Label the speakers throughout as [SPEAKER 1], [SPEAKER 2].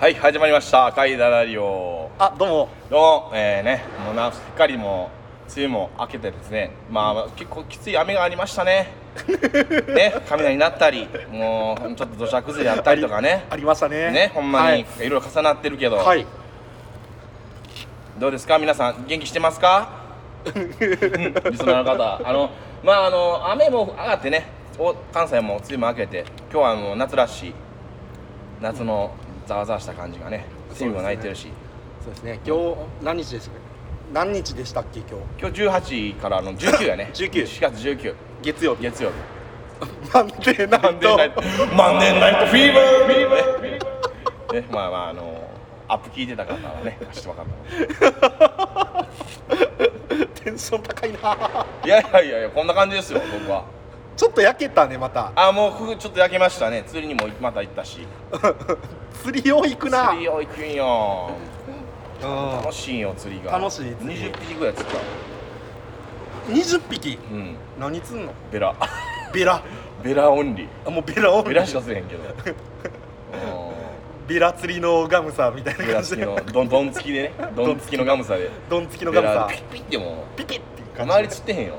[SPEAKER 1] はい始まりました「赤いダラリオ
[SPEAKER 2] あどうも」
[SPEAKER 1] どうもえー、ねもうなすっかりもう梅雨も明けてですねまあ結構きつい雨がありました ねね雷になったりもうちょっと土砂崩れあったりとかね
[SPEAKER 2] ありましたね
[SPEAKER 1] ねほんま
[SPEAKER 2] は
[SPEAKER 1] にい
[SPEAKER 2] い、
[SPEAKER 1] ろいろ重なってるけど、
[SPEAKER 2] はい
[SPEAKER 1] どうですか皆さん元気してます かうんリスナーの方あのまああの雨も上がってねお関西も梅雨も明けて今日はもう夏らしい夏のざわざわした感じがね
[SPEAKER 2] そうですね
[SPEAKER 1] 水分が泣いてるし、
[SPEAKER 2] そうですね今日何日ですか何日でしたっけ今日
[SPEAKER 1] 今日18からの19やね
[SPEAKER 2] 19
[SPEAKER 1] 4月19
[SPEAKER 2] 月曜日
[SPEAKER 1] 月曜日
[SPEAKER 2] マンデーナイト
[SPEAKER 1] マンデーナイトマンデーナイトフィーバーフィーバーねねまあまああのアップ聞いてた方はね知って分かったと思
[SPEAKER 2] テンション高いな
[SPEAKER 1] ういやいやいやいやこんな感じですよ僕は
[SPEAKER 2] ちょっと焼けたねまた
[SPEAKER 1] あもうふぐちょっと焼けましたね釣りにもまた行ったし
[SPEAKER 2] 釣りを行くな
[SPEAKER 1] 釣りよ行くんよ
[SPEAKER 2] う
[SPEAKER 1] 楽しいよ釣りが
[SPEAKER 2] 楽しい釣り
[SPEAKER 1] 20匹ぐらい釣った
[SPEAKER 2] ん20匹
[SPEAKER 1] うん
[SPEAKER 2] 何釣んの
[SPEAKER 1] ベラ
[SPEAKER 2] ベラ
[SPEAKER 1] ベラオンリー
[SPEAKER 2] あもうベラを
[SPEAKER 1] ベラしか釣れへんけ どう
[SPEAKER 2] ベラ釣りのガムさみたい
[SPEAKER 1] ん
[SPEAKER 2] な
[SPEAKER 1] ベラ
[SPEAKER 2] 感じ
[SPEAKER 1] 付き
[SPEAKER 2] で
[SPEAKER 1] のどんどん付きでねどん付きのガムサで
[SPEAKER 2] ドン付きの
[SPEAKER 1] ベ
[SPEAKER 2] ガム
[SPEAKER 1] ラ
[SPEAKER 2] さ
[SPEAKER 1] ピッピッても
[SPEAKER 2] ピピっていう感じ
[SPEAKER 1] 周り釣ってへんよ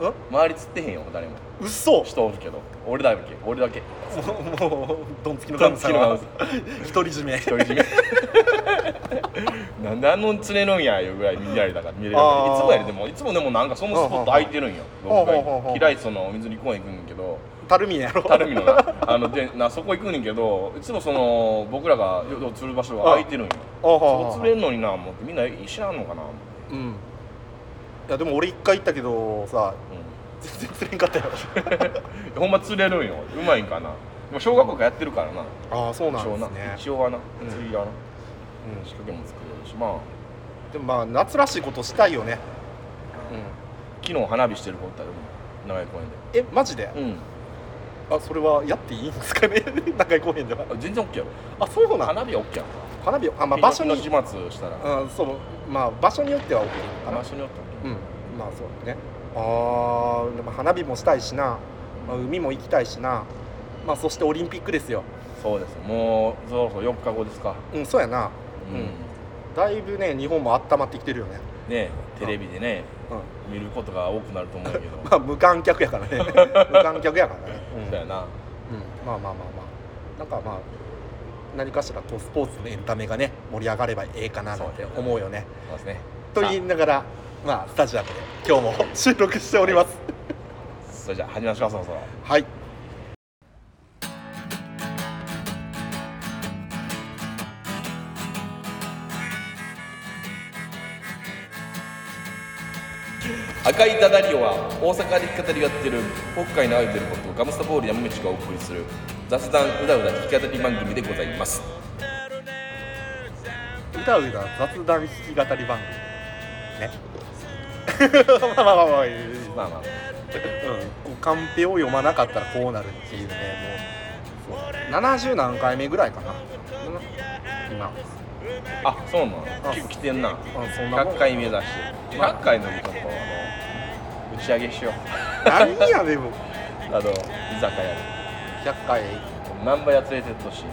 [SPEAKER 2] うん
[SPEAKER 1] 周り釣ってへんよ誰も
[SPEAKER 2] うっそ
[SPEAKER 1] 人おるけど俺だけ俺だけ
[SPEAKER 2] もうもうドン付きのガムさんは
[SPEAKER 1] ドン付
[SPEAKER 2] 独り占め
[SPEAKER 1] 独り占めなんであの釣れるんやいうぐらい見られたから見れる
[SPEAKER 2] あ
[SPEAKER 1] から
[SPEAKER 2] ー
[SPEAKER 1] いつもやででもいつもでもなんかそのスポット空いてるんよ
[SPEAKER 2] ほう
[SPEAKER 1] 僕
[SPEAKER 2] ほうほうほ
[SPEAKER 1] が
[SPEAKER 2] う
[SPEAKER 1] 嫌いその水に公園行くんやけど
[SPEAKER 2] たるみやろ
[SPEAKER 1] 垂水のなあのでなそこ行くんやけどいつもその僕らがよよ釣る場所が空いてるんよ
[SPEAKER 2] あは
[SPEAKER 1] そ
[SPEAKER 2] あ
[SPEAKER 1] こ
[SPEAKER 2] はあ
[SPEAKER 1] 釣れんのにな思ってみんな知らんのかな思って
[SPEAKER 2] うんいやでも俺一回行ったけどさ全然釣れんかったよ
[SPEAKER 1] うん、ほんま釣れるんようまいんかなでも小学校からやってるからな
[SPEAKER 2] ああそうな
[SPEAKER 1] 一応
[SPEAKER 2] んで
[SPEAKER 1] な
[SPEAKER 2] すね
[SPEAKER 1] 一応はな
[SPEAKER 2] うん
[SPEAKER 1] 釣りはな、
[SPEAKER 2] うん
[SPEAKER 1] 仕掛けも作れるしまあ
[SPEAKER 2] でもまあ夏らしいことしたいよね
[SPEAKER 1] 昨日花火してる子おったよ長井公園
[SPEAKER 2] えマジで、
[SPEAKER 1] でうん
[SPEAKER 2] あそれはやっていいんですかね 中井公園では
[SPEAKER 1] あ全然 OK やろ
[SPEAKER 2] あそうなん
[SPEAKER 1] 花火は OK やろ
[SPEAKER 2] 花火あまあ場所に
[SPEAKER 1] の始末したら
[SPEAKER 2] うんそうまあ場所によっては OK かな
[SPEAKER 1] 場所によって
[SPEAKER 2] うんまあそうだねあーでも花火もしたいしな、まあ、海も行きたいしなまあそしてオリンピックですよ
[SPEAKER 1] そうですもうそろそろ4日後ですか
[SPEAKER 2] うんそうやな
[SPEAKER 1] うん、
[SPEAKER 2] うん
[SPEAKER 1] ね
[SPEAKER 2] だいぶね日本も温まってきてるよね
[SPEAKER 1] えテレビでね
[SPEAKER 2] うん
[SPEAKER 1] 見ることが多くなると思うけど
[SPEAKER 2] まあ無観客や からね無観客やからね、うん
[SPEAKER 1] そうやな
[SPEAKER 2] うんまあまあまあまあなんかまあ何かしらこうスポーツのエンタメがね盛り上がればええかななんて思うよね
[SPEAKER 1] そうですね
[SPEAKER 2] と言いながらまあスタジアムで今日も収録しております
[SPEAKER 1] それじゃあ始めましょうそろそろ
[SPEAKER 2] はい
[SPEAKER 1] 赤いダダリオは大阪で弾き語りをやってる北海のアイドルことガムサボール山道がお送りする雑談うだうだ弾き語り番組でございます
[SPEAKER 2] 歌うだ雑談弾き語り番 組ねまあまあまあまあいいです
[SPEAKER 1] まあまあ
[SPEAKER 2] うん、こうカンペを読まなかったらこうなるっていうねもうそう70何回目ぐらいかな、今、
[SPEAKER 1] あそうなの結構来てんな
[SPEAKER 2] うん、そんなもん
[SPEAKER 1] 100回目指して100回の時とかはあの打ち上げしよう
[SPEAKER 2] 何やでも
[SPEAKER 1] あの居酒屋
[SPEAKER 2] 100回
[SPEAKER 1] で何倍や連れてってほしい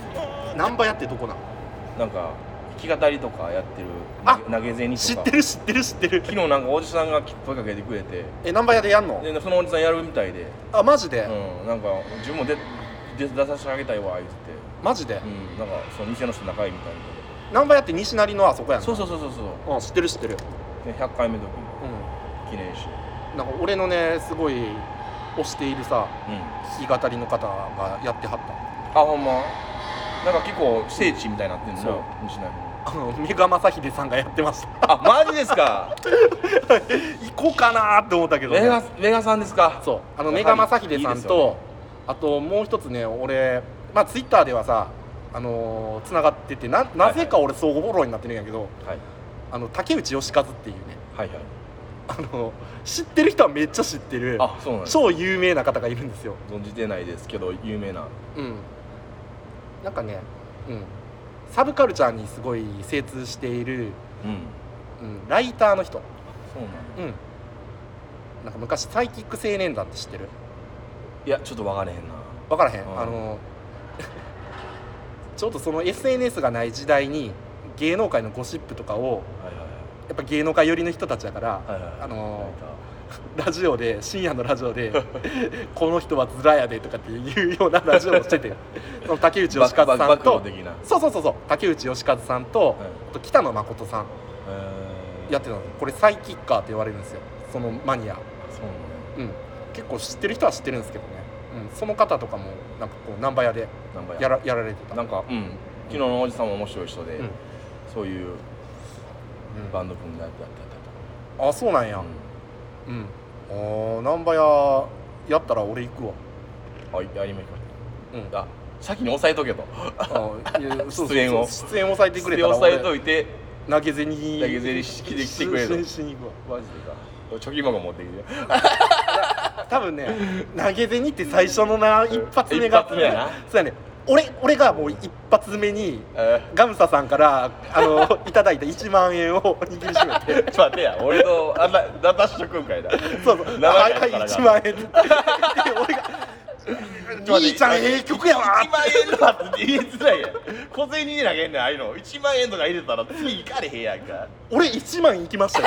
[SPEAKER 2] 何倍やってどこなの
[SPEAKER 1] なんか弾き語りとかやってる
[SPEAKER 2] あ
[SPEAKER 1] 投げ銭
[SPEAKER 2] 知
[SPEAKER 1] と
[SPEAKER 2] っ
[SPEAKER 1] か
[SPEAKER 2] てる知ってる知ってる
[SPEAKER 1] 昨日なんかおじさんが声かけてくれて
[SPEAKER 2] え何倍やでやんの
[SPEAKER 1] でそのおじさんやるみたいで
[SPEAKER 2] あマジで、
[SPEAKER 1] うん、なんか自分も出出出させてあげたいわ言って
[SPEAKER 2] マジで、
[SPEAKER 1] て、うん、なんかその店の人仲いいみたい
[SPEAKER 2] 何倍やって西成のあそこや
[SPEAKER 1] なんそう
[SPEAKER 2] う、
[SPEAKER 1] そうそうそうそう
[SPEAKER 2] ん、知ってる知ってる
[SPEAKER 1] うで100回目の時も
[SPEAKER 2] う
[SPEAKER 1] 記念して
[SPEAKER 2] んなんか俺のねすごい推しているさ
[SPEAKER 1] うん
[SPEAKER 2] 弾き語りの方がやってはっ
[SPEAKER 1] あほんまなんか結構聖地みたいになってんの
[SPEAKER 2] そう
[SPEAKER 1] よ西成の
[SPEAKER 2] たあのメガマサヒデさんがやってました
[SPEAKER 1] あマジです か
[SPEAKER 2] 行こうかなーって思ったけど、
[SPEAKER 1] メ
[SPEAKER 2] ね、
[SPEAKER 1] ガメガさんですか
[SPEAKER 2] そうあの
[SPEAKER 1] やはり
[SPEAKER 2] メガマサヒデさ
[SPEAKER 1] いい
[SPEAKER 2] ん
[SPEAKER 1] です
[SPEAKER 2] と
[SPEAKER 1] よね
[SPEAKER 2] あともう一つね俺まあツイッターではさあのー、つながっててななぜか俺相互フォローになってるんやけど、
[SPEAKER 1] はい
[SPEAKER 2] あの竹内義和っていうね
[SPEAKER 1] はいはい
[SPEAKER 2] あの知ってる人はめっちゃ知ってる
[SPEAKER 1] あそうなんです
[SPEAKER 2] 超有名な方がいるんですよ
[SPEAKER 1] 存じてないですけど有名な
[SPEAKER 2] うんなんかね、うん、サブカルチャーにすごい精通している、
[SPEAKER 1] うん
[SPEAKER 2] うん、ライターの人
[SPEAKER 1] そうなんだ
[SPEAKER 2] うんなんか昔サイキック青年団って知ってる
[SPEAKER 1] いやちょっと分かれへんな
[SPEAKER 2] 分からへん
[SPEAKER 1] うん
[SPEAKER 2] あの ちょっとその SNS がない時代に芸能界のゴシップとかを
[SPEAKER 1] はいはい
[SPEAKER 2] やっぱ芸能界寄りの人たちだから、
[SPEAKER 1] はいはい
[SPEAKER 2] あの
[SPEAKER 1] ー
[SPEAKER 2] ーラジオで深夜のラジオで この人はズラやでとかっていうようなラジオをして てその竹内
[SPEAKER 1] バ
[SPEAKER 2] 義
[SPEAKER 1] ックバッ
[SPEAKER 2] 和
[SPEAKER 1] ク
[SPEAKER 2] さ
[SPEAKER 1] バッ
[SPEAKER 2] ん
[SPEAKER 1] クの
[SPEAKER 2] と
[SPEAKER 1] 的な、はい
[SPEAKER 2] そうそうそうそう竹内義和さんと、あと北野誠さん
[SPEAKER 1] えー
[SPEAKER 2] やってたのこれサイキッカーって言われるんですよそのマニア
[SPEAKER 1] そうなん
[SPEAKER 2] うん結構知ってる人は知ってるんですけどね、うん、その方とかもなんかこうナンバ屋で
[SPEAKER 1] なんか
[SPEAKER 2] やらやられてた
[SPEAKER 1] なんか、うん、昨日のおじさんも面白い人で、
[SPEAKER 2] うん
[SPEAKER 1] そういう
[SPEAKER 2] うん
[SPEAKER 1] バンド組んだやつやって
[SPEAKER 2] あそうなん
[SPEAKER 1] た
[SPEAKER 2] や
[SPEAKER 1] と、
[SPEAKER 2] うん、あーナンバ屋やったら俺行くわ
[SPEAKER 1] うん、あいや今行きまし
[SPEAKER 2] うん
[SPEAKER 1] たあ先に押さえとけと
[SPEAKER 2] あいやそうそうそう
[SPEAKER 1] 出演を
[SPEAKER 2] 出演を抑えてくれたら
[SPEAKER 1] 押さえと
[SPEAKER 2] 俺
[SPEAKER 1] いて
[SPEAKER 2] 投げ銭に
[SPEAKER 1] 投げ銭式で来てくれ
[SPEAKER 2] し
[SPEAKER 1] と
[SPEAKER 2] ししに行く
[SPEAKER 1] マジでか俺貯金箱持ってきて
[SPEAKER 2] わ多分ね投げ銭って最初のな一発目が
[SPEAKER 1] 一発目やな
[SPEAKER 2] そうやね俺俺がもう一発目に
[SPEAKER 1] え
[SPEAKER 2] ガムサさんからあのいただいた1万円を握りしめ て
[SPEAKER 1] ーちょっと待ってや俺とあんなダダッシュ君会だ
[SPEAKER 2] そうそう
[SPEAKER 1] 名前
[SPEAKER 2] は
[SPEAKER 1] 書
[SPEAKER 2] い
[SPEAKER 1] いてた
[SPEAKER 2] はい
[SPEAKER 1] から
[SPEAKER 2] 1万円って 俺が「兄ちゃんええ曲やわ」
[SPEAKER 1] 1万円とかって言いづらいやん小銭に投げんねんああいうの1万円とか入れたら次行かれへんやんか
[SPEAKER 2] 俺1万いき ましたよ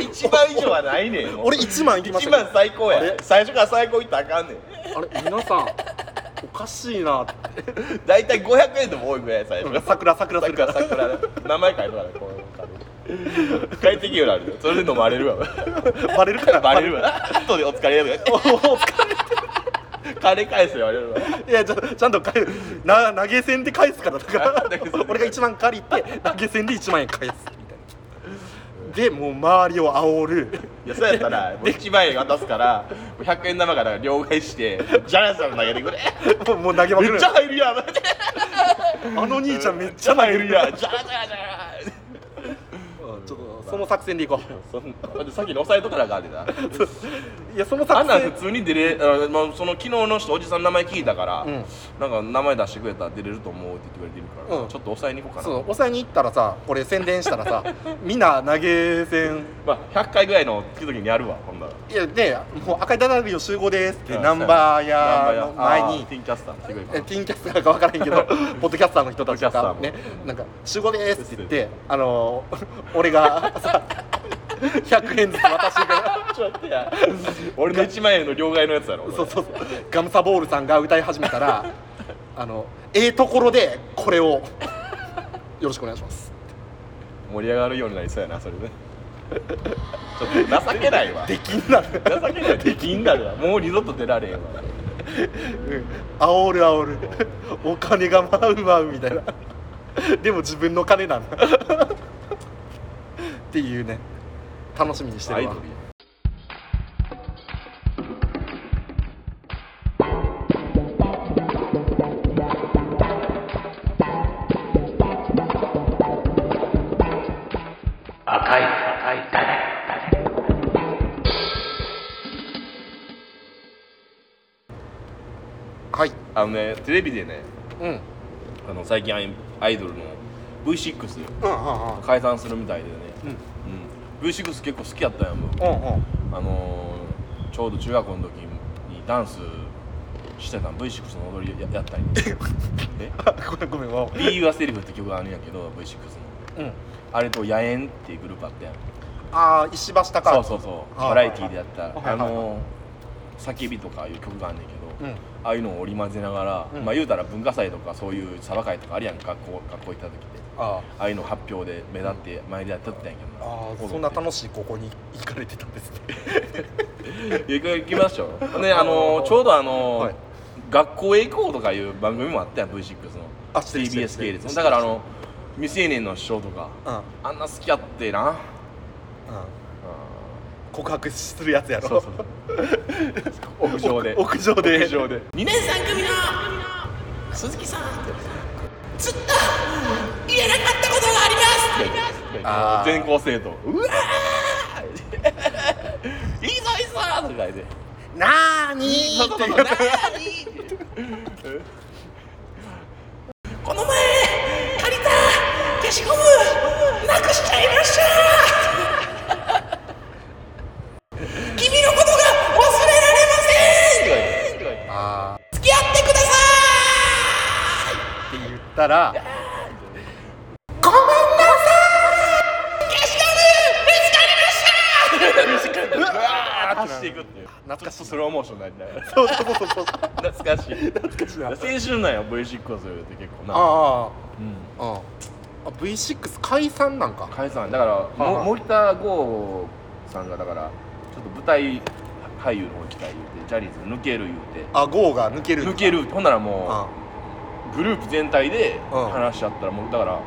[SPEAKER 1] 1万以上はないねんもう
[SPEAKER 2] 俺1万いきまし
[SPEAKER 1] 一
[SPEAKER 2] た
[SPEAKER 1] 番
[SPEAKER 2] よ
[SPEAKER 1] 最高
[SPEAKER 2] あ
[SPEAKER 1] や
[SPEAKER 2] れ
[SPEAKER 1] 最初から最高いったらあかんねん
[SPEAKER 2] あれ皆さんおかしいなって
[SPEAKER 1] 大体500円でも多いぐらい最初
[SPEAKER 2] 桜桜するから
[SPEAKER 1] 桜桜名前書いとかねこういうの書いてきようなるそれで飲まれるわ
[SPEAKER 2] バレるから
[SPEAKER 1] バレるわ後 でお疲れとか
[SPEAKER 2] おお疲
[SPEAKER 1] 金返すよ言われるわ
[SPEAKER 2] れいやちゃんちゃんと返るな投げ銭で返すからだか
[SPEAKER 1] あ
[SPEAKER 2] ら
[SPEAKER 1] 投げ銭
[SPEAKER 2] 俺が1万借りて投げ銭で1万円返すみたいなでもう周りを煽る
[SPEAKER 1] いやそうやったらもう1万円渡すからもう100円玉から両替してジャラさん投げてくれ
[SPEAKER 2] もうもう投げまく
[SPEAKER 1] め
[SPEAKER 2] る
[SPEAKER 1] っちゃ入るやんめっ
[SPEAKER 2] あの兄ちゃんめっち
[SPEAKER 1] ち
[SPEAKER 2] ゃ
[SPEAKER 1] ゃ
[SPEAKER 2] 投げ
[SPEAKER 1] 入
[SPEAKER 2] る
[SPEAKER 1] る
[SPEAKER 2] や
[SPEAKER 1] や
[SPEAKER 2] ん
[SPEAKER 1] んジャラジャラジャラ
[SPEAKER 2] うんちょっとその作戦でいこう
[SPEAKER 1] そんなさっきの抑えとかなあかんで ない
[SPEAKER 2] やその
[SPEAKER 1] あ
[SPEAKER 2] 作
[SPEAKER 1] んなん
[SPEAKER 2] 戦
[SPEAKER 1] 普通に出れあの、まあ、その昨日の人おじさんの名前聞いたから、
[SPEAKER 2] うん
[SPEAKER 1] なんか名前出してくれたら出れると思うって言ってくれてるから、
[SPEAKER 2] うん
[SPEAKER 1] ちょっと抑えに行こうか
[SPEAKER 2] そう
[SPEAKER 1] な
[SPEAKER 2] 抑えに行ったらさこれ宣伝したらさみんな投げ銭
[SPEAKER 1] まあ100回ぐらいの月々にやるわほんなら
[SPEAKER 2] いやでもう赤いダダビを集合ですって
[SPEAKER 1] うん
[SPEAKER 2] ナンバー屋の
[SPEAKER 1] ナンバーや
[SPEAKER 2] 前
[SPEAKER 1] あー
[SPEAKER 2] に
[SPEAKER 1] ティンキャスター来てくれるか
[SPEAKER 2] え
[SPEAKER 1] ら
[SPEAKER 2] ティーンキャスターか分からへん けどポッドキャスターの人たちが
[SPEAKER 1] ポッドキャ
[SPEAKER 2] ね
[SPEAKER 1] スターも
[SPEAKER 2] なんか「集合です」って言ってあのー俺が さ100円ずつ渡してくれる
[SPEAKER 1] ちょっと待ってや俺の1万円の両替のやつやろ
[SPEAKER 2] そうそうそうガムサボールさんが歌い始め たらあのええところでこれをよろしくお願いします
[SPEAKER 1] 盛り上がるようになりそうやなそれでちょっと情けないわ
[SPEAKER 2] できんなる
[SPEAKER 1] 情けないできんなるわもう二度と出られへんわ
[SPEAKER 2] 煽る煽るお金が舞う舞うみたいなでも自分の金なんだっていうね楽しみにして
[SPEAKER 1] アイ
[SPEAKER 2] る
[SPEAKER 1] ド
[SPEAKER 2] わ
[SPEAKER 1] ルや
[SPEAKER 3] 赤い赤いダダ
[SPEAKER 2] はい
[SPEAKER 1] あのねテレビでね
[SPEAKER 2] うんうん
[SPEAKER 1] あの最近アイアイドルの V6
[SPEAKER 2] うん
[SPEAKER 1] 解散するみたいでね、
[SPEAKER 2] うん
[SPEAKER 1] うん、V6 結構好きやったんやもん
[SPEAKER 2] うんうん
[SPEAKER 1] あのー、ちょうど中学校の時にダンスしてたん V6 の踊りややった りえ
[SPEAKER 2] ご めんごめんわ
[SPEAKER 1] 「Be Your Self」って曲があるんやけど V6 の
[SPEAKER 2] うん
[SPEAKER 1] あれと「野猿」っていうグループあったやん
[SPEAKER 2] ああ石橋貴明
[SPEAKER 1] そうそうそう
[SPEAKER 2] あー
[SPEAKER 1] バラエティーでやった
[SPEAKER 2] はいはい
[SPEAKER 1] あのー「叫び」とかいう曲があんねんけど、
[SPEAKER 2] うん
[SPEAKER 1] ああいうのを織り交ぜながら、
[SPEAKER 2] うん
[SPEAKER 1] まあ言うたら文化祭とかそういうサバ会とかあるやん学校学校行った時って
[SPEAKER 2] あー
[SPEAKER 1] ああいうの発表で目立って前でやっとったんやけど
[SPEAKER 2] あーそんな楽しい高校に行かれてたんですね
[SPEAKER 1] いや行きましょうねあのーちょうどあのー
[SPEAKER 2] はい
[SPEAKER 1] 学校へ行こう」とかいう番組もあったやん V6 の
[SPEAKER 2] あ知ってる知ってる
[SPEAKER 1] TBS 系列のだからあの未成年の師匠とか
[SPEAKER 2] うんうん
[SPEAKER 1] あんな好きやってな あ
[SPEAKER 2] 告白するやつや
[SPEAKER 1] ー
[SPEAKER 2] ろ
[SPEAKER 1] そうそう 屋上で
[SPEAKER 2] 屋上で
[SPEAKER 1] 屋上 で
[SPEAKER 4] 2年3組の鈴木さんずっと言えなかったことがあります
[SPEAKER 2] あー
[SPEAKER 1] 全校生徒「うわーいいぞいいぞ!」とか言って
[SPEAKER 2] なーに
[SPEAKER 1] 「そう
[SPEAKER 2] ー
[SPEAKER 1] そ
[SPEAKER 2] っ
[SPEAKER 1] うそう
[SPEAKER 2] て
[SPEAKER 1] なーに
[SPEAKER 4] この前借りた消しゴムなくしちゃいました君のことが忘れられません
[SPEAKER 2] あ
[SPEAKER 4] 付き合ってください
[SPEAKER 2] ーって言ったったら
[SPEAKER 4] ごめんなさい消しゴム見つかりました
[SPEAKER 1] うわー
[SPEAKER 2] ー
[SPEAKER 1] 走っていくっていう
[SPEAKER 2] 懐か
[SPEAKER 1] ちょ
[SPEAKER 2] しい
[SPEAKER 1] っとスローモーションになりたい
[SPEAKER 2] そうそうそうそう
[SPEAKER 1] 懐かしい
[SPEAKER 2] 懐かしいな
[SPEAKER 1] 青春なんや V6 はそれって結構な
[SPEAKER 2] あ
[SPEAKER 1] うん
[SPEAKER 2] ああああ V6 解散なんか
[SPEAKER 1] 解散だから
[SPEAKER 2] は
[SPEAKER 1] も
[SPEAKER 2] い
[SPEAKER 1] 森田剛さんがだからちょっと舞台俳優の方行きたい言うてジャニーズ抜ける言うて
[SPEAKER 2] あゴーが抜ける
[SPEAKER 1] 抜けるほんならも
[SPEAKER 2] あ
[SPEAKER 1] うグループ全体で
[SPEAKER 2] うん
[SPEAKER 1] 話し合ったらもうだから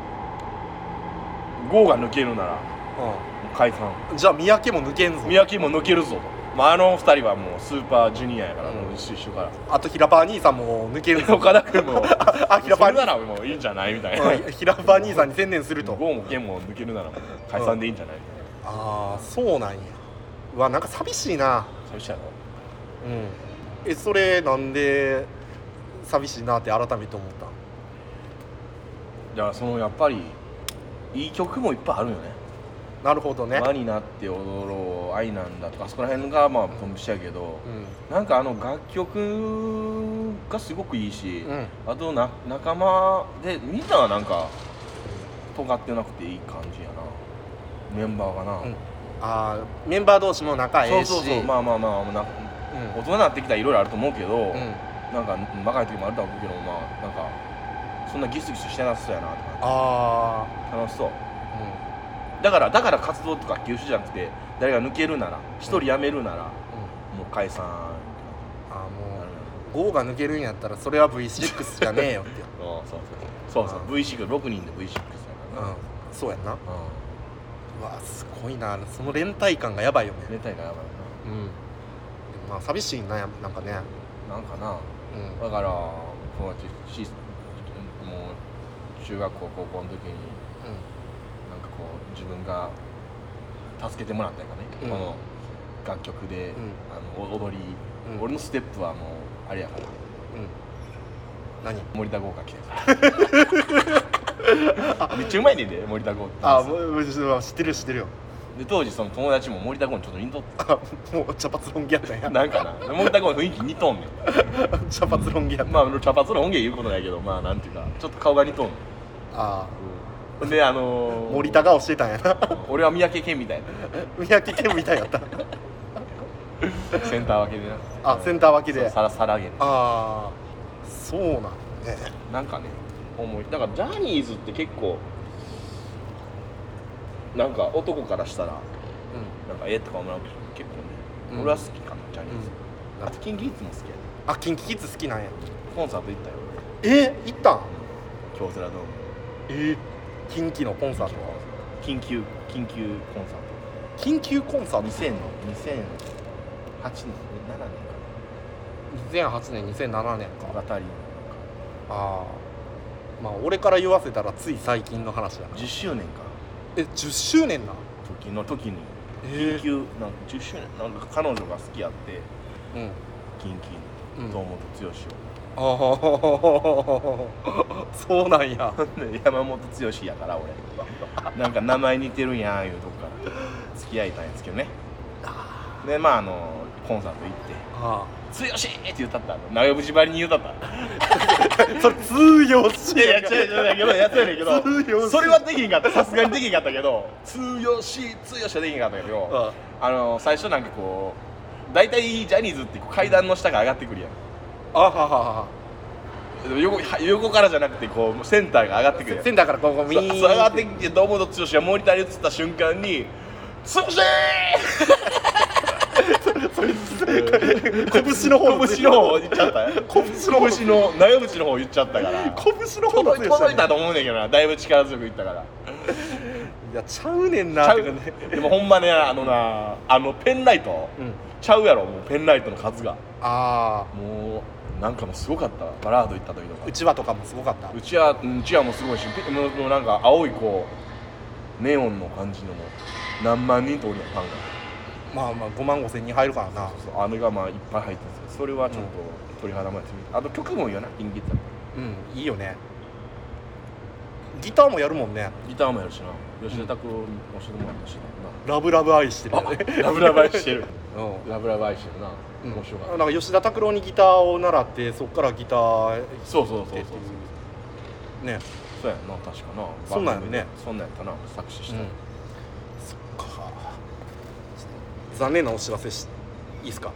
[SPEAKER 1] 剛が抜けるならも
[SPEAKER 2] あ
[SPEAKER 1] う解散
[SPEAKER 2] あじゃあ三宅も抜けんぞ
[SPEAKER 1] 三宅も抜けるぞと、まあ、あの二人はもうスーパージュニアやから、
[SPEAKER 2] うん
[SPEAKER 1] もう一緒一緒から
[SPEAKER 2] あと平パー兄さんも抜けるぞ
[SPEAKER 1] 岡 田君も
[SPEAKER 2] あ平パー
[SPEAKER 1] 抜け
[SPEAKER 2] 兄
[SPEAKER 1] るならもういいんじゃないみたいな、
[SPEAKER 2] さん平パー兄さんに専念すると
[SPEAKER 1] 剛も健も抜けるならもう解散でいいんじゃないみたいな
[SPEAKER 2] ああそうなんやうわなんか寂しいな
[SPEAKER 1] 寂しいやろ
[SPEAKER 2] うんえそれなんで寂しいなって改めて思ったん
[SPEAKER 1] だからそのやっぱりいい曲もいっぱいあるよね
[SPEAKER 2] なるほどね、
[SPEAKER 1] 輪になって踊ろう愛なんだとかあそこら辺がまあポンプしやけど
[SPEAKER 2] う、ん
[SPEAKER 1] なんかあの楽曲がすごくいいし、
[SPEAKER 2] うん
[SPEAKER 1] あとな仲間でみんなはなんか尖ってなくていい感じやなメンバーがな、
[SPEAKER 2] うんあーメンバー同士も仲え
[SPEAKER 1] そう
[SPEAKER 2] えし
[SPEAKER 1] そうそうまあまあまあな
[SPEAKER 2] うん
[SPEAKER 1] 大人になってきたらいろいろあると思うけど、
[SPEAKER 2] うん
[SPEAKER 1] なんか若い時もあると思うけどまあなんかそんなギスギスしてなさそうやなと
[SPEAKER 2] あ
[SPEAKER 1] か楽しそう
[SPEAKER 2] あ
[SPEAKER 1] だからだから活動とか休止じゃなくて誰が抜けるなら一人辞めるなら、
[SPEAKER 2] うん、うん、
[SPEAKER 1] もう解散
[SPEAKER 2] あー
[SPEAKER 1] なる
[SPEAKER 2] もう5が抜けるんやったらそれは V6 じゃねえよっていう、
[SPEAKER 1] ほどそうそうそうそうそう V66 人で V6 だから
[SPEAKER 2] う、
[SPEAKER 1] なん
[SPEAKER 2] そうやんなう
[SPEAKER 1] う
[SPEAKER 2] わすごいなその連帯感がやばいよ
[SPEAKER 1] ん
[SPEAKER 2] ね
[SPEAKER 1] 寝たいからやばい
[SPEAKER 2] うんまあ寂しいなやなんかね
[SPEAKER 1] ななんかな
[SPEAKER 2] うん
[SPEAKER 1] だからそうやってしもう中学校高校の時になんかこう自分が助けてもらったんやかね、
[SPEAKER 2] うん
[SPEAKER 1] この楽曲で、あのお踊り、
[SPEAKER 2] うん
[SPEAKER 1] 俺のステップはもうあれやから
[SPEAKER 2] うんうん何
[SPEAKER 1] 森田剛が来て るめっちゃうまいねんで森田剛って
[SPEAKER 2] あもうもう知ってるよ知ってるよ
[SPEAKER 1] で当時その友達も森田剛にちょっと似とって
[SPEAKER 2] あもう茶髪ロン毛やったんや
[SPEAKER 1] なんかな森田剛の雰囲気似とんね
[SPEAKER 2] 茶髪ロン毛やっ
[SPEAKER 1] ん
[SPEAKER 2] た、
[SPEAKER 1] まあ茶髪の音源言うことないけどまあなんていうかちょっと顔が似とんね
[SPEAKER 2] あ
[SPEAKER 1] ん、であのー、
[SPEAKER 2] 森田顔してたんや な
[SPEAKER 1] 俺は三宅健みたい
[SPEAKER 2] 三宅健みたいやった
[SPEAKER 1] なセンター分けでな
[SPEAKER 2] あセンター分けで
[SPEAKER 1] そうさらさらげで
[SPEAKER 2] ああそうなんね
[SPEAKER 1] なんかね思いだからジャニーズって結構なんか男からしたらなんかええとか思わなくて結構ね、
[SPEAKER 2] うん
[SPEAKER 1] 俺は好きかなジャニーズ、
[SPEAKER 2] うん
[SPEAKER 1] あとキンキキッズも好きやね
[SPEAKER 2] あキンキキッズ好きなんや
[SPEAKER 1] コンサート行ったよ
[SPEAKER 2] え行ったん
[SPEAKER 1] 俺京セラドーム
[SPEAKER 2] えキンキのコンサートは
[SPEAKER 1] 緊急緊急コンサート
[SPEAKER 2] 緊急コンサート
[SPEAKER 1] 2000の2008年7年か
[SPEAKER 2] 2008年2007年
[SPEAKER 1] な
[SPEAKER 2] か
[SPEAKER 1] バタリの
[SPEAKER 2] ああまあ俺から言わせたらつい最近の話だな
[SPEAKER 1] 10周年か
[SPEAKER 2] え10周年な
[SPEAKER 1] 時の時に
[SPEAKER 2] え
[SPEAKER 1] 緊急なんか10周年なんか彼女が好きやって
[SPEAKER 2] うん
[SPEAKER 1] 緊急
[SPEAKER 2] うん
[SPEAKER 1] 堂本剛を、
[SPEAKER 2] ああそうなんや
[SPEAKER 1] で山本剛やから俺なんか名前似てるんやんいうとこから付き合いたいんですけどねでまああのコンサート行って
[SPEAKER 2] あ
[SPEAKER 1] 「剛!」って言ったった長渕ばりに言うたった
[SPEAKER 2] あそれ通用し
[SPEAKER 1] いやいや、違う違う違うけど、やつやねんけど
[SPEAKER 2] 通用、し
[SPEAKER 1] それはできんかった、さすがにできんかったけど、通用し、通用しはできんかったけど、
[SPEAKER 2] あ
[SPEAKER 1] あの、最初なんかこう、大体ジャニーズってこう階段の下から上がってくるやん。
[SPEAKER 2] あははは
[SPEAKER 1] でも横は横からじゃなくて、こう、センターが上がってくるやん。
[SPEAKER 2] センターからここ見
[SPEAKER 1] そうそう上がってきて、堂本剛がモニターに映った瞬間に、つぶし
[SPEAKER 2] 拳の方
[SPEAKER 1] ー拳の方言っちゃった。
[SPEAKER 2] 拳の方
[SPEAKER 1] 拳の、長渕の方言っちゃったから。
[SPEAKER 2] 拳の方が
[SPEAKER 1] 届
[SPEAKER 2] 強
[SPEAKER 1] い届
[SPEAKER 2] いしたね
[SPEAKER 1] いたと思うねんけどな、だいぶ力強く言ったから。
[SPEAKER 2] いやちゃうねん
[SPEAKER 1] ち
[SPEAKER 2] な
[SPEAKER 1] ゃ
[SPEAKER 2] って
[SPEAKER 1] う
[SPEAKER 2] かね
[SPEAKER 1] でもほんまねあのなあのペンライト、
[SPEAKER 2] うん
[SPEAKER 1] ちゃうやろもうペンライトの数が
[SPEAKER 2] あ
[SPEAKER 1] もうなんかもうすごかったわバラード行った時と
[SPEAKER 2] あ
[SPEAKER 1] か
[SPEAKER 2] うちわとかもすごかった
[SPEAKER 1] うちはうんうちはもうすごいしペもうもうなんか青いこうネオンの感じのもう何万人とおるやんファンが
[SPEAKER 2] まあまあ5万5千人入るからな
[SPEAKER 1] そうあれがまあいっぱい入ってるんですけどそれはちょっと鳥肌もやってみてあと曲もいいよなピンギター
[SPEAKER 2] うんいいよねギターもやるもんね
[SPEAKER 1] ギターもやるしな吉田拓郎に教えてもらったし
[SPEAKER 2] ラブラブ愛してる
[SPEAKER 1] な、
[SPEAKER 2] よ
[SPEAKER 1] まあ
[SPEAKER 2] ね、
[SPEAKER 1] ラブラブ愛してる
[SPEAKER 2] う
[SPEAKER 1] ラブラブ愛してるな、
[SPEAKER 2] ん
[SPEAKER 1] 面白かった
[SPEAKER 2] なんか吉田拓郎にギターを習ってそっからギター
[SPEAKER 1] そうそうそうそう
[SPEAKER 2] ってっていうね
[SPEAKER 1] そうやんな確かな
[SPEAKER 2] そんなん
[SPEAKER 1] 番
[SPEAKER 2] やね
[SPEAKER 1] 組でそんなんやったな作詞した、
[SPEAKER 2] そっか残念なお知らせしいいっすか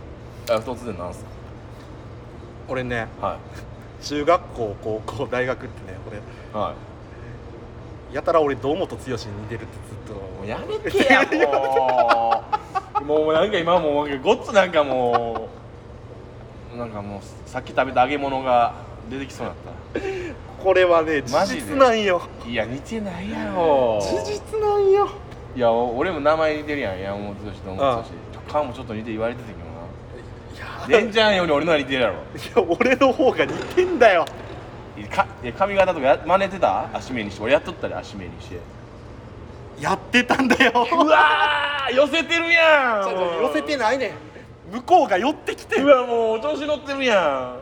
[SPEAKER 1] あ突然なんす
[SPEAKER 2] 俺ね
[SPEAKER 1] かは
[SPEAKER 2] 中学校高校大学ってね俺
[SPEAKER 1] いは
[SPEAKER 2] やたら俺堂本剛に似てるってずっと
[SPEAKER 1] いもうやめてやもうもうなんか今もうごっつなんかもうなんかもうさっき食べた揚げ物が出てきそうになっ
[SPEAKER 2] これはね
[SPEAKER 1] マジ
[SPEAKER 2] 事
[SPEAKER 1] で
[SPEAKER 2] 実なんよ
[SPEAKER 1] たいや似てないやろ
[SPEAKER 2] 事実なんよ
[SPEAKER 1] いやお俺も名前似てるやん山本剛と思
[SPEAKER 2] あ
[SPEAKER 1] ってたし顔もちょっと似て言われてたけどない
[SPEAKER 2] や
[SPEAKER 1] レンちゃんより俺のは似てるやろ
[SPEAKER 2] いや俺の方が似てんだよ
[SPEAKER 1] いやかいや髪型とかや真似てた足目にして俺やっとったで足目にして
[SPEAKER 2] やってたんだ よ
[SPEAKER 1] うわー寄せてるやん
[SPEAKER 2] ちょっと寄せてないねん向こうが寄ってきて
[SPEAKER 1] う
[SPEAKER 2] る
[SPEAKER 1] わもう調子乗ってるや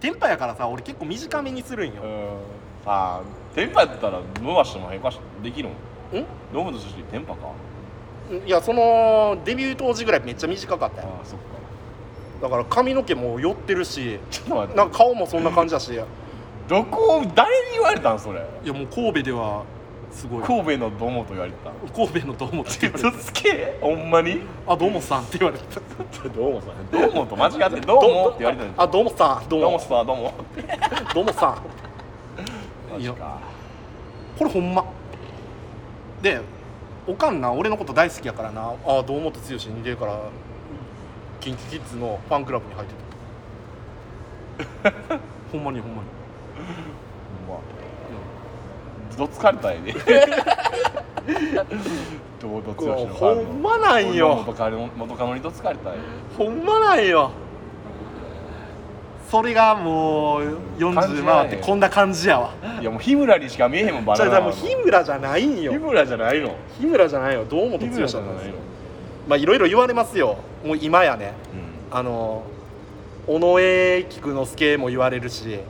[SPEAKER 2] テンパやからさ俺結構短めにするん
[SPEAKER 1] ん
[SPEAKER 2] よ
[SPEAKER 1] うんあーテンパやったら伸ばしてもへこしできるもん
[SPEAKER 2] ん
[SPEAKER 1] 飲むとしてテンパか
[SPEAKER 2] いやそのデビュー当時ぐらいめっちゃ短かった
[SPEAKER 1] あ
[SPEAKER 2] よ
[SPEAKER 1] ーそっか
[SPEAKER 2] だから髪の毛も寄ってるし
[SPEAKER 1] ちょっと待って
[SPEAKER 2] なんか顔もそんな感じだしいや
[SPEAKER 1] どこを誰に言われたんそれ
[SPEAKER 2] もう神戸ではすごい
[SPEAKER 1] 神戸のどもと言われてた
[SPEAKER 2] 神戸の堂本って言わ
[SPEAKER 1] 嘘
[SPEAKER 2] れて
[SPEAKER 1] つけほんまに
[SPEAKER 2] あ堂本さんって言われてた
[SPEAKER 1] どうもさどうもと間違ってどうもって言われたん
[SPEAKER 2] あ堂本さんどう
[SPEAKER 1] どうも
[SPEAKER 2] も
[SPEAKER 1] さどうも
[SPEAKER 2] 堂本さ
[SPEAKER 1] マ
[SPEAKER 2] んい
[SPEAKER 1] ジ
[SPEAKER 2] や
[SPEAKER 1] か
[SPEAKER 2] これほんまでおかんな俺のこと大好きやからなあ堂本剛に似てるから KinKiKids のファンクラブに入って たほんまにほんまに
[SPEAKER 1] ほんまどつかれたんや でどうどつよしのファンの
[SPEAKER 2] ほんまなんよ
[SPEAKER 1] 元カノ元カノにどつかれたんや
[SPEAKER 2] ほんまなんよそれがもう
[SPEAKER 1] 感じ
[SPEAKER 2] 40
[SPEAKER 1] ない
[SPEAKER 2] 回ってこんな感じやわ
[SPEAKER 1] いやもう日村にしか見えへんもんバ
[SPEAKER 2] じ
[SPEAKER 1] ナ
[SPEAKER 2] ゃあ
[SPEAKER 1] ナ
[SPEAKER 2] じゃあもう日村じゃないん
[SPEAKER 1] 日
[SPEAKER 2] よ
[SPEAKER 1] 村じゃないの
[SPEAKER 2] 日村じゃないよ堂本剛
[SPEAKER 1] 日
[SPEAKER 2] じゃない
[SPEAKER 1] 村
[SPEAKER 2] よ
[SPEAKER 1] じゃないの
[SPEAKER 2] まあいろいろ言われますよもう今やねあの尾上菊之助も言われるし
[SPEAKER 1] うん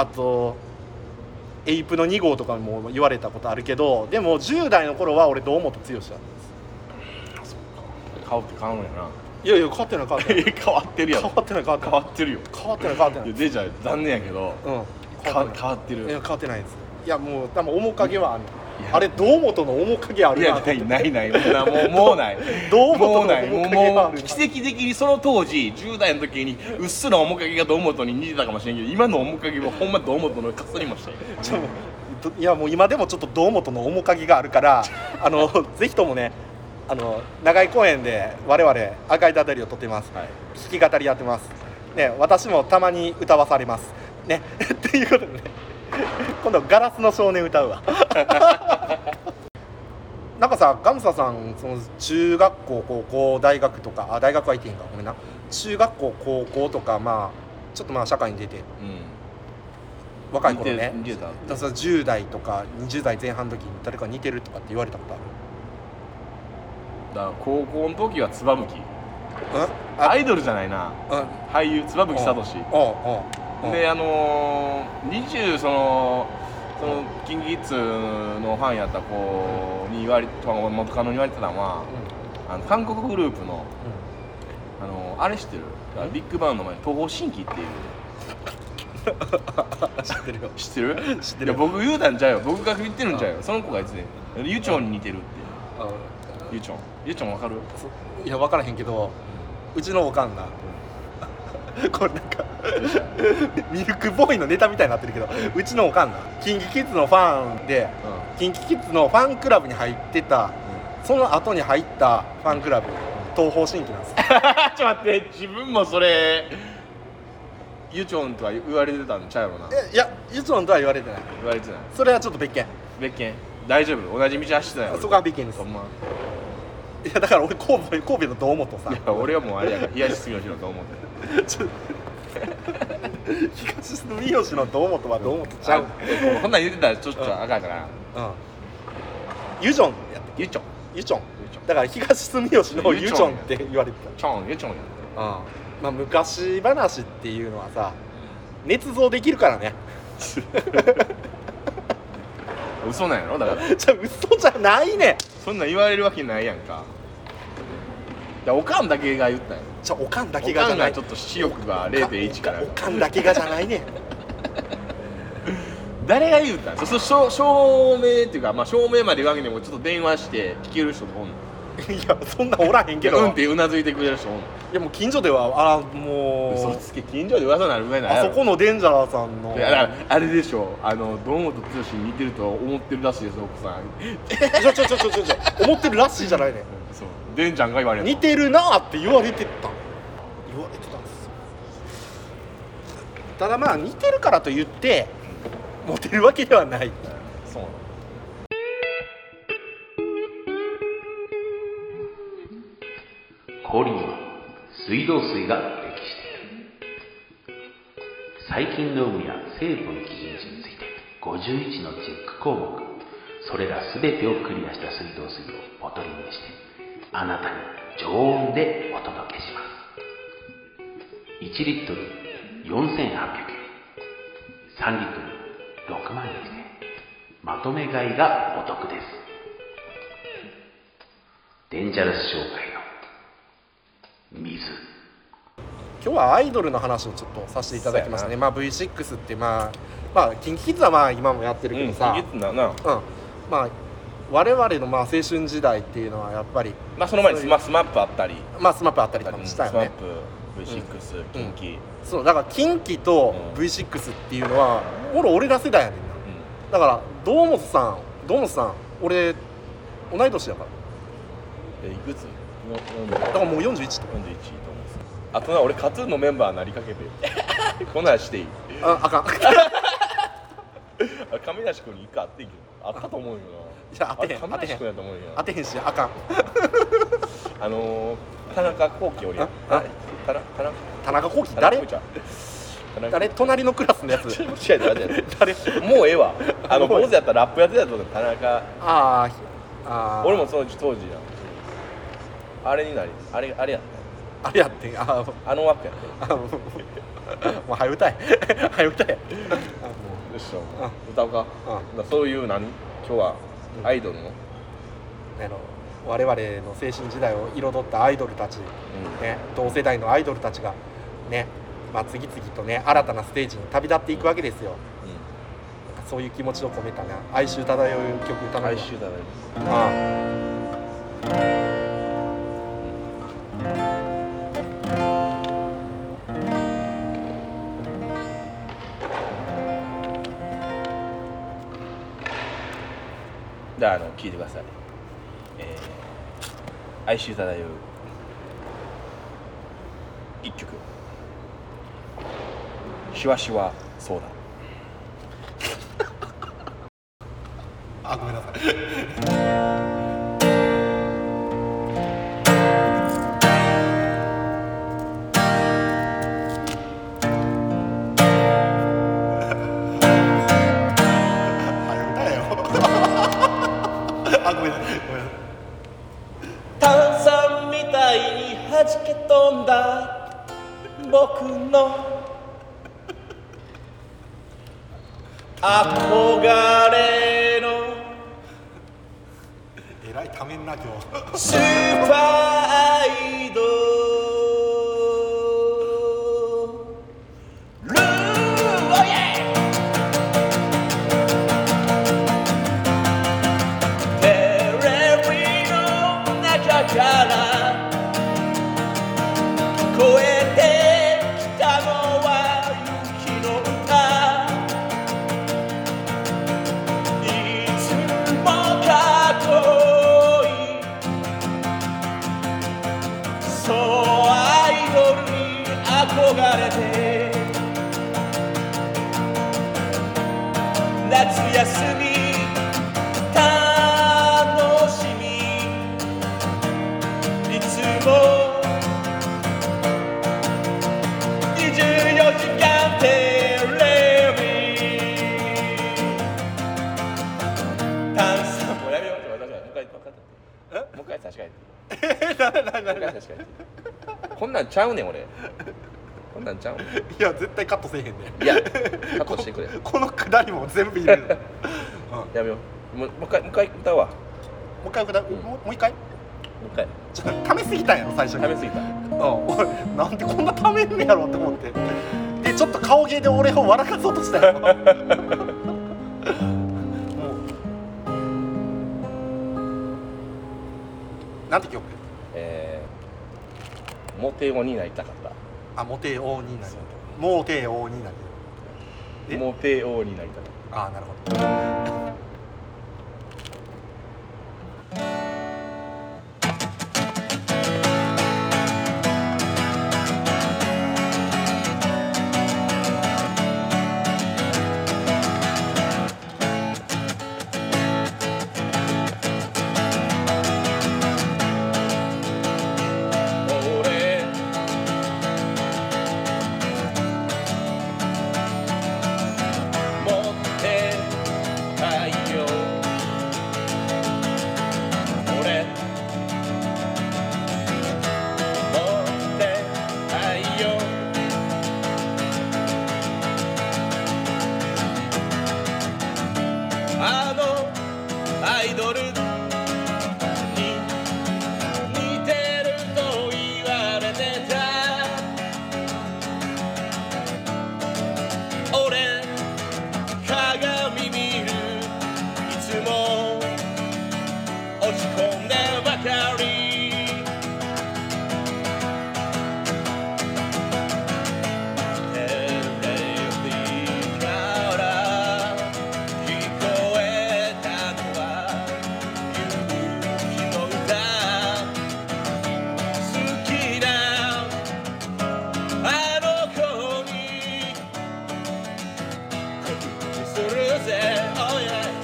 [SPEAKER 2] あとエイプの2号とかも言われたことあるけどでも10代の頃は俺堂本剛だったんです
[SPEAKER 1] 顔って変わるんやない
[SPEAKER 2] やいや変わってない変わってない
[SPEAKER 1] 変わってるや
[SPEAKER 2] 変
[SPEAKER 1] ろ
[SPEAKER 2] わってない変わって
[SPEAKER 1] 変
[SPEAKER 2] な
[SPEAKER 1] わ
[SPEAKER 2] い
[SPEAKER 1] ってるよ
[SPEAKER 2] 変わってない変わってない
[SPEAKER 1] いやデイちゃん残念やけど
[SPEAKER 2] うん
[SPEAKER 1] か変わってる
[SPEAKER 2] いや変わってないですいやもう多分面影はある
[SPEAKER 1] いや
[SPEAKER 2] あれ堂本の面影あ
[SPEAKER 1] い
[SPEAKER 2] る
[SPEAKER 1] や
[SPEAKER 2] な
[SPEAKER 1] ないないないもうもうない
[SPEAKER 2] どう
[SPEAKER 1] もうないもう
[SPEAKER 2] 面影が
[SPEAKER 1] も
[SPEAKER 2] あ
[SPEAKER 1] う
[SPEAKER 2] る
[SPEAKER 1] 奇跡的にその当時10代の時にうっすら面影が堂本に似てたかもしれんけど今の面影はほんま堂本のかすりましたよ
[SPEAKER 2] ちょっといやもう今でもちょっと堂本の面影があるからあのぜひともねあの長井公園で我々赤いだたりを撮ってます、
[SPEAKER 1] はい
[SPEAKER 2] 弾き語りやってますね私もたまに歌わされますね っていうことでね今度ガラスの少年歌うわ なんかさガムサさんその中学校高校大学とかあ大学は行っていいんかごめんな中学校高校とかまあちょっとまあ社会に出て
[SPEAKER 1] うん
[SPEAKER 2] 若い頃ね
[SPEAKER 1] 似て似てた
[SPEAKER 2] だからそれ10代とか20代前半の時に誰か似てるとかって言われたことある
[SPEAKER 1] だから高校の時は椿
[SPEAKER 2] うん
[SPEAKER 1] アイドルじゃないな
[SPEAKER 2] うん
[SPEAKER 1] 俳優椿聡
[SPEAKER 2] うんうんうん
[SPEAKER 1] であのー、20そのそのキンキッズのファンやった子に言われとか元カノに言われてたのはあの韓国グループのあのあれ知ってるビッグバンの前に東方神起っていう
[SPEAKER 2] うん知ってるよ
[SPEAKER 1] 知ってる
[SPEAKER 2] 知ってる
[SPEAKER 1] いや僕言うたんちゃうよ僕が言ってるんちゃうよその子が言ってねゆちょんに似てるってゆちょんゆちょんわかる
[SPEAKER 2] いや分からへんけどうちのおかんが これなんかミルクボーイのネタみたいになってるけどうちのおかんが KinKiKids のファンで
[SPEAKER 1] うん
[SPEAKER 2] KinKiKids のファンクラブに入ってたその後に入ったファンクラブ東方神起なんです
[SPEAKER 1] ちょっと待って自分もそれゆちょんとは言われてたんちゃうやろな
[SPEAKER 2] えいやいつもとは言われてない
[SPEAKER 1] 言われてない
[SPEAKER 2] それはちょっと別件
[SPEAKER 1] 別件大丈夫同じ道走ってない
[SPEAKER 2] そこは別件です
[SPEAKER 1] ほんま
[SPEAKER 2] いやだから俺神戸神戸の堂本さ
[SPEAKER 1] い
[SPEAKER 2] ん
[SPEAKER 1] や俺はもうあれやから冷やしすぎの日だと思って
[SPEAKER 2] ちょ東住吉の堂本は堂本ちゃう、
[SPEAKER 1] こんなん言ってたらちょっと赤いから
[SPEAKER 2] うん、ユジョンやって
[SPEAKER 1] ゆちょん
[SPEAKER 2] ユチョン
[SPEAKER 1] ゆちょん
[SPEAKER 2] だから東住吉の
[SPEAKER 1] ユ
[SPEAKER 2] ユ
[SPEAKER 1] チ
[SPEAKER 2] チ
[SPEAKER 1] ョン
[SPEAKER 2] ョンって言われて
[SPEAKER 1] ちょんゆちょんや
[SPEAKER 2] た、うんまあ、昔話っていうのはさ捏造できるか らね
[SPEAKER 1] 嘘なんやろだから
[SPEAKER 2] じゃあ嘘じゃないねん
[SPEAKER 1] そんなん言われるわけないやんかいやおかんだけが言ったんや
[SPEAKER 2] じゃあおかんだ
[SPEAKER 1] お
[SPEAKER 2] けが
[SPEAKER 1] か
[SPEAKER 2] じゃ
[SPEAKER 1] ん
[SPEAKER 2] な
[SPEAKER 1] が
[SPEAKER 2] い
[SPEAKER 1] ちょっと視力が0.1から
[SPEAKER 2] おかんだけがじゃないねん
[SPEAKER 1] 誰が言うたんそそ証証明っていうか、まあ、証明まで言うわけにもちょっと電話して聞ける人とかおんの
[SPEAKER 2] いやそんなんおらへ
[SPEAKER 1] い
[SPEAKER 2] んけ
[SPEAKER 1] や
[SPEAKER 2] ど
[SPEAKER 1] うんってうなずいてくれる人おんの
[SPEAKER 2] いやもう近所ではあらもう
[SPEAKER 1] 嘘つけ近所で噂になるぐらいな
[SPEAKER 2] あ
[SPEAKER 1] ら
[SPEAKER 2] そこのデンジャラさんの
[SPEAKER 1] いやだからあれでしょあの堂本剛に似てると思ってるらしいです奥さん
[SPEAKER 2] ちょちょちょちょちょちょ思ってるらしいじゃないね
[SPEAKER 1] そうでんちゃんが言われ
[SPEAKER 2] 似てるなって言われてた言われてたんですよただまあ似てるからと言ってモテるわけではない
[SPEAKER 1] そう
[SPEAKER 3] 氷には水道水が適している細菌の有無や成分基準値について51のチェック項目それら全てをクリアした水道水をボトルにしてあなたに常温でお届けします1リットル4800円3リットル6万円まとめ買いがお得ですデンジャラス商会の水
[SPEAKER 2] 今日はアイドルの話をちょっとさせていただきましたねまあ V6 ってまあまあ KinKiKids はまあ今もやってるけどさ、
[SPEAKER 1] うん、なな
[SPEAKER 2] うん、まあ我々のまあ青春時代っていうのはやっぱり
[SPEAKER 1] まあその前にスマスマップあったり
[SPEAKER 2] まあスマップあったりとかも
[SPEAKER 1] うん
[SPEAKER 2] し
[SPEAKER 1] ス
[SPEAKER 2] た
[SPEAKER 1] マ
[SPEAKER 2] よ
[SPEAKER 1] ッ
[SPEAKER 2] ね、
[SPEAKER 1] プ V6 キンキうん
[SPEAKER 2] そうだから近畿と
[SPEAKER 1] うん
[SPEAKER 2] V6 っていうのはもろ俺ら世代やねんなだから堂本さん堂本さん俺同い年だから
[SPEAKER 1] えいくつの
[SPEAKER 2] だからもう41と
[SPEAKER 1] 41と思うんですあとな俺カツーンのメンバーなりかけて こんなんしていい
[SPEAKER 2] ああか
[SPEAKER 1] あ
[SPEAKER 2] ん
[SPEAKER 1] 亀梨君に一回あってんけどあったと思うよ
[SPEAKER 2] い
[SPEAKER 1] な
[SPEAKER 2] や当てへん
[SPEAKER 1] あ亀梨君やと思うよな
[SPEAKER 2] 当てへんしあかん
[SPEAKER 1] あのー、田中幸喜よりやん
[SPEAKER 2] あ
[SPEAKER 1] あ田中田中
[SPEAKER 2] 田中幸喜
[SPEAKER 1] 田中
[SPEAKER 2] 誰
[SPEAKER 1] 幸喜ちゃん田中
[SPEAKER 2] 誰隣のクラスのやつ
[SPEAKER 1] 違う違う違う
[SPEAKER 2] 誰
[SPEAKER 1] もうええわあの
[SPEAKER 2] もうええ
[SPEAKER 1] 坊主やったらラップやってたと思う田中
[SPEAKER 2] あーひあー
[SPEAKER 1] 俺もその当時やあれになりあれあれやった
[SPEAKER 2] あれやってんあー
[SPEAKER 1] あの枠やったよ
[SPEAKER 2] あーもう もう早歌え 早歌え
[SPEAKER 1] よっしょ
[SPEAKER 2] あ
[SPEAKER 1] 歌おうか
[SPEAKER 2] あ
[SPEAKER 1] だそういう何今日は
[SPEAKER 2] うん
[SPEAKER 1] アイドルの、うん
[SPEAKER 2] あの我々の青春時代を彩ったアイドルたちね、同世代のアイドルたちが、ねまあ、次々と、ね、新たなステージに旅立っていくわけですよそういう気持ちを込めたな哀愁漂う曲
[SPEAKER 1] う
[SPEAKER 2] 歌
[SPEAKER 1] ん、
[SPEAKER 2] の
[SPEAKER 1] 哀愁だね
[SPEAKER 2] あ
[SPEAKER 1] じゃああの聞いてください、えー、哀愁漂う一曲シュワシュワソーダ
[SPEAKER 2] あごめんなさい
[SPEAKER 4] 炭酸みたいに弾け飛んだ僕の憧れの
[SPEAKER 2] えらいためんな今日
[SPEAKER 4] スーパーアイドルおいえテレビの中から聞こえてきたのは雪の歌いつもかっこいいそうアイドルに憧れて夏休み楽しみいつも24時間テレビ炭酸
[SPEAKER 1] もうやめようもう一回もう一回もう一回差し替えて もう一回差し替えてこんなんちゃうねん俺こんなんちゃうねん
[SPEAKER 2] いや絶対カットせえへんで、ね、
[SPEAKER 1] いやカットしてくれ
[SPEAKER 2] このくだりも全部入れるのうんも
[SPEAKER 1] やめようもうもう一回もう一回歌うわも
[SPEAKER 2] う一回くだ、もうもう一回
[SPEAKER 1] う一回
[SPEAKER 2] ちょっとためすぎたんやろ最初に
[SPEAKER 1] 食べ過ぎた
[SPEAKER 2] うん俺なんでこんなため んねやろって思ってでちょっと顔芸で俺を笑かそうとしたよもうなんて曲
[SPEAKER 4] えー、モテ男になりたかっ
[SPEAKER 2] あモテ王になるモテ王になる
[SPEAKER 4] た
[SPEAKER 2] え
[SPEAKER 4] モテ男になりたかっ
[SPEAKER 2] ああなるほど
[SPEAKER 4] た俺モテたいよ俺モテたいよあのアイドルに似てると言われてた俺鏡見るいつも落ち込んでばかりテレビから聞こえたのは勇気の歌好きなあの子にするぜ Oh yeah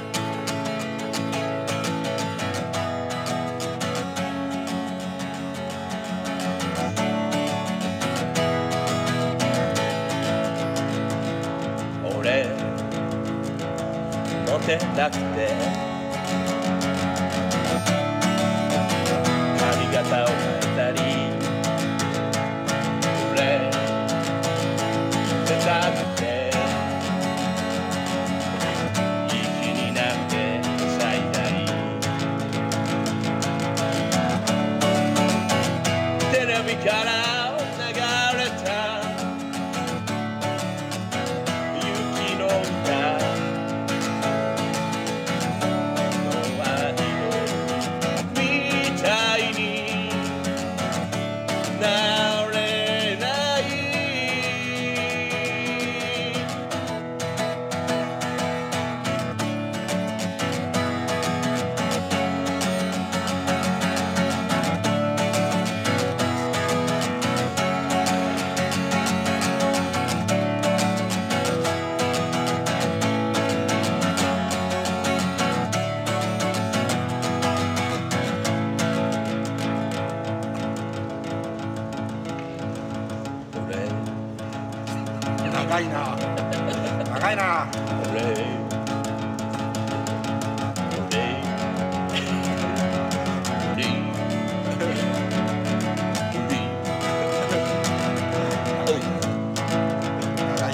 [SPEAKER 4] 俺モテなくて髪型を変えたり俺出たくて気になって最大テレビから流れた雪の歌の愛のみたいになれない俺
[SPEAKER 2] 長いな長いな
[SPEAKER 4] 俺
[SPEAKER 2] 長い
[SPEAKER 4] 俺俺俺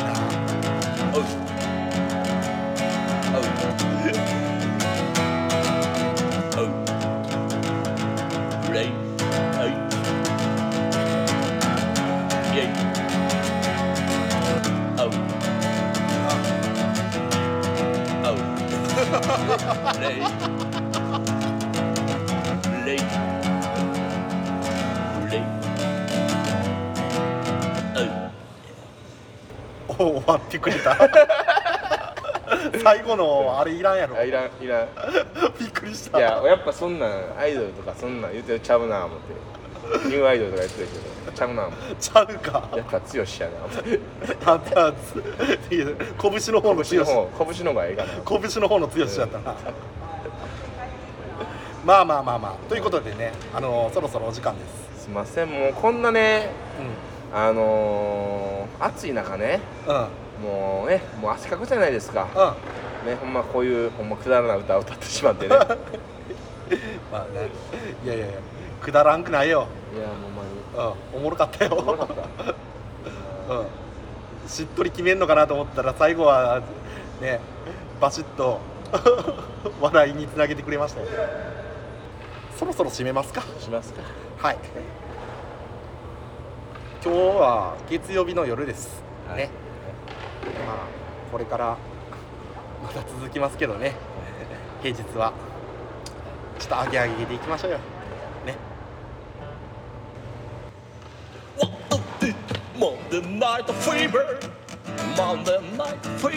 [SPEAKER 2] な
[SPEAKER 4] おうおうおうレイはいイェイ Oh. おうおうレイレイレイおう
[SPEAKER 2] お終わってくれ た最後のあれいらんやろ
[SPEAKER 4] あいらんいらん
[SPEAKER 2] びっくりし
[SPEAKER 4] い
[SPEAKER 2] た
[SPEAKER 4] ややっぱそんなんアイドルとかそんなん言うてるちゃうな思 ってニューアイドルとか言ってるけどちゃうな思 って
[SPEAKER 2] ちゃうか
[SPEAKER 4] やっぱ強しやな思って
[SPEAKER 2] あったあついや拳の方の
[SPEAKER 4] 拳
[SPEAKER 2] 強
[SPEAKER 4] の
[SPEAKER 2] し
[SPEAKER 4] 方拳の方がええかな
[SPEAKER 2] 拳の方の強しだったなまあまあまあまあということでねあのそろそろお時間です
[SPEAKER 4] すいませんもうこんなね
[SPEAKER 2] う
[SPEAKER 4] あのー、暑い中ね
[SPEAKER 2] んうん
[SPEAKER 4] もうねもう汗かくじゃないですか
[SPEAKER 2] うん
[SPEAKER 4] ねほんまこういうほんまくだらない歌を歌ってしま ってねいや
[SPEAKER 2] まあねいやいやいやくだらんくないよ
[SPEAKER 4] ほんまに
[SPEAKER 2] うんおもろかったよ
[SPEAKER 4] おもろかった
[SPEAKER 2] うんしっとり決めんのかなと思ったら最後はねバシッと 笑いにつなげてくれましたよそろそろ締めますか
[SPEAKER 4] しますか
[SPEAKER 2] はい今日は月曜日の夜です、
[SPEAKER 4] はい
[SPEAKER 2] ねまあこれからまた続きますけどね平日はちょっとアゲアゲでいきましょうよね
[SPEAKER 4] Oh.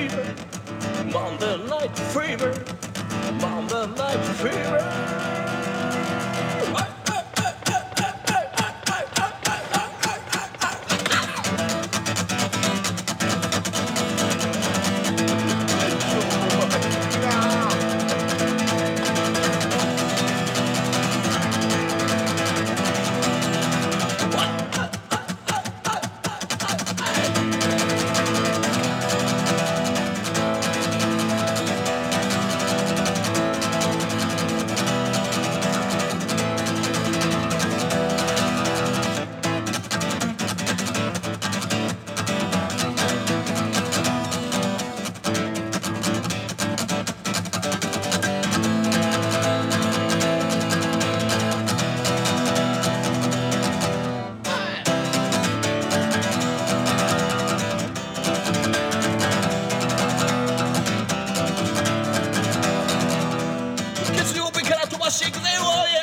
[SPEAKER 4] 月曜日から飛ばしていくぜ oh yeah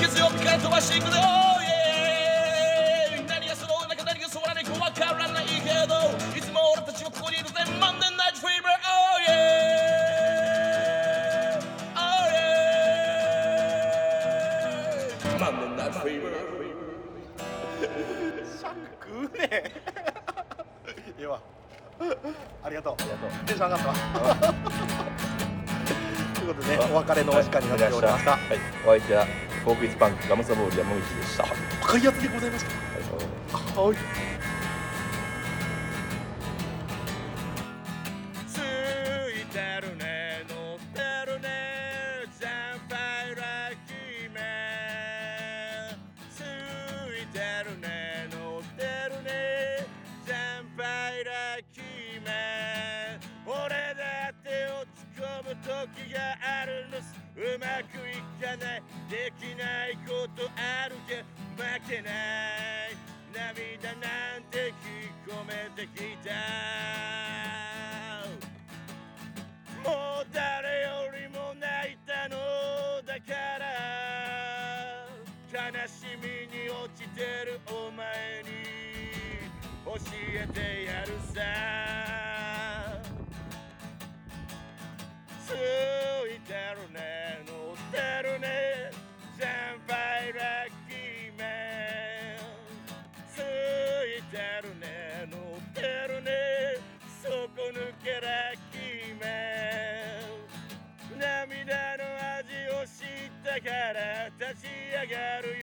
[SPEAKER 4] 月曜日から飛ばしていくぜ oh yeah 何がその中何がそらないかわからないけどいつも俺たちはここにいるぜ Monday Night Fever oh yeah oh yeah Monday Night Fever
[SPEAKER 2] 食うねええわありがとうテンション上がったわということでねお別れのお時間になっておりました
[SPEAKER 1] はい、お相手はフォークイズパンクガムサボール山口でした。はい
[SPEAKER 2] 赤いやつでございましたはい
[SPEAKER 4] ついてるね乗ってるね全敗ラッキーメンついてるね乗ってるね全敗ラッキーメン俺だって落ち込む時があるんですうまくいかないできないことあるけど負けない涙なんて引っ込めてきたもう誰よりも泣いたのだから悲しみに落ちてるお前に教えてやるさついてるね乗ってるね先輩ラッキーメンついてるね乗ってるね底抜けラッキーメン涙の味を知ったから立ち上がるよ